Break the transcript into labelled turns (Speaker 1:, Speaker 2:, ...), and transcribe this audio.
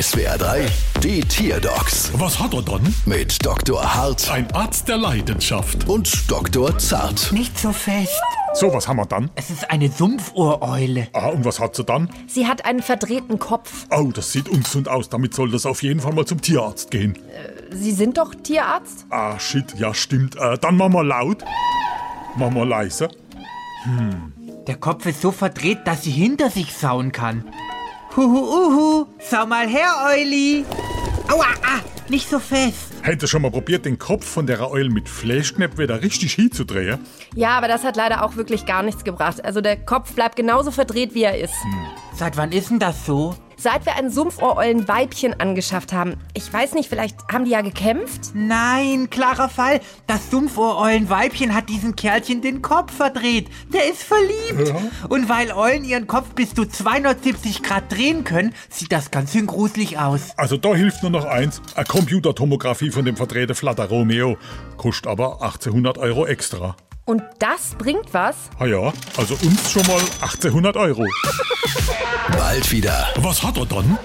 Speaker 1: SWR 3, die Tierdocs
Speaker 2: Was hat er dann?
Speaker 1: mit Dr. Hart
Speaker 2: Ein Arzt der Leidenschaft.
Speaker 1: und Dr. Zart.
Speaker 3: Nicht so fest.
Speaker 2: So, was haben wir dann?
Speaker 3: Es ist eine Sumpfohreule.
Speaker 2: Ah, und was hat sie dann?
Speaker 4: Sie hat einen verdrehten Kopf.
Speaker 2: Oh, das sieht ungesund aus. Damit soll das auf jeden Fall mal zum Tierarzt gehen.
Speaker 4: Sie sind doch Tierarzt?
Speaker 2: Ah, shit, ja, stimmt. Äh, dann machen wir laut. Machen wir leise.
Speaker 3: Der Kopf ist so verdreht, dass sie hinter sich sauen kann. Huhu, uhu, sau mal her, Euli. Aua, ah, nicht so fest.
Speaker 2: Hätte schon mal probiert, den Kopf von der Eule mit Flashknäpp wieder richtig hinzudrehen?
Speaker 4: Ja, aber das hat leider auch wirklich gar nichts gebracht. Also der Kopf bleibt genauso verdreht, wie er ist.
Speaker 3: Seit wann ist denn das so?
Speaker 4: Seit wir ein Sumpfohreulenweibchen angeschafft haben, ich weiß nicht, vielleicht haben die ja gekämpft?
Speaker 3: Nein, klarer Fall. Das Sumpfohreulenweibchen hat diesem Kerlchen den Kopf verdreht. Der ist verliebt. Und weil Eulen ihren Kopf bis zu 270 Grad drehen können, sieht das ganz schön gruselig aus.
Speaker 2: Also da hilft nur noch eins, eine Computertomographie von dem verdrehten Flatter Romeo. Kostet aber 1800 Euro extra.
Speaker 4: Und das bringt was?
Speaker 2: Ah ja, also uns schon mal 1800 Euro.
Speaker 1: Bald wieder.
Speaker 2: Was hat er dann?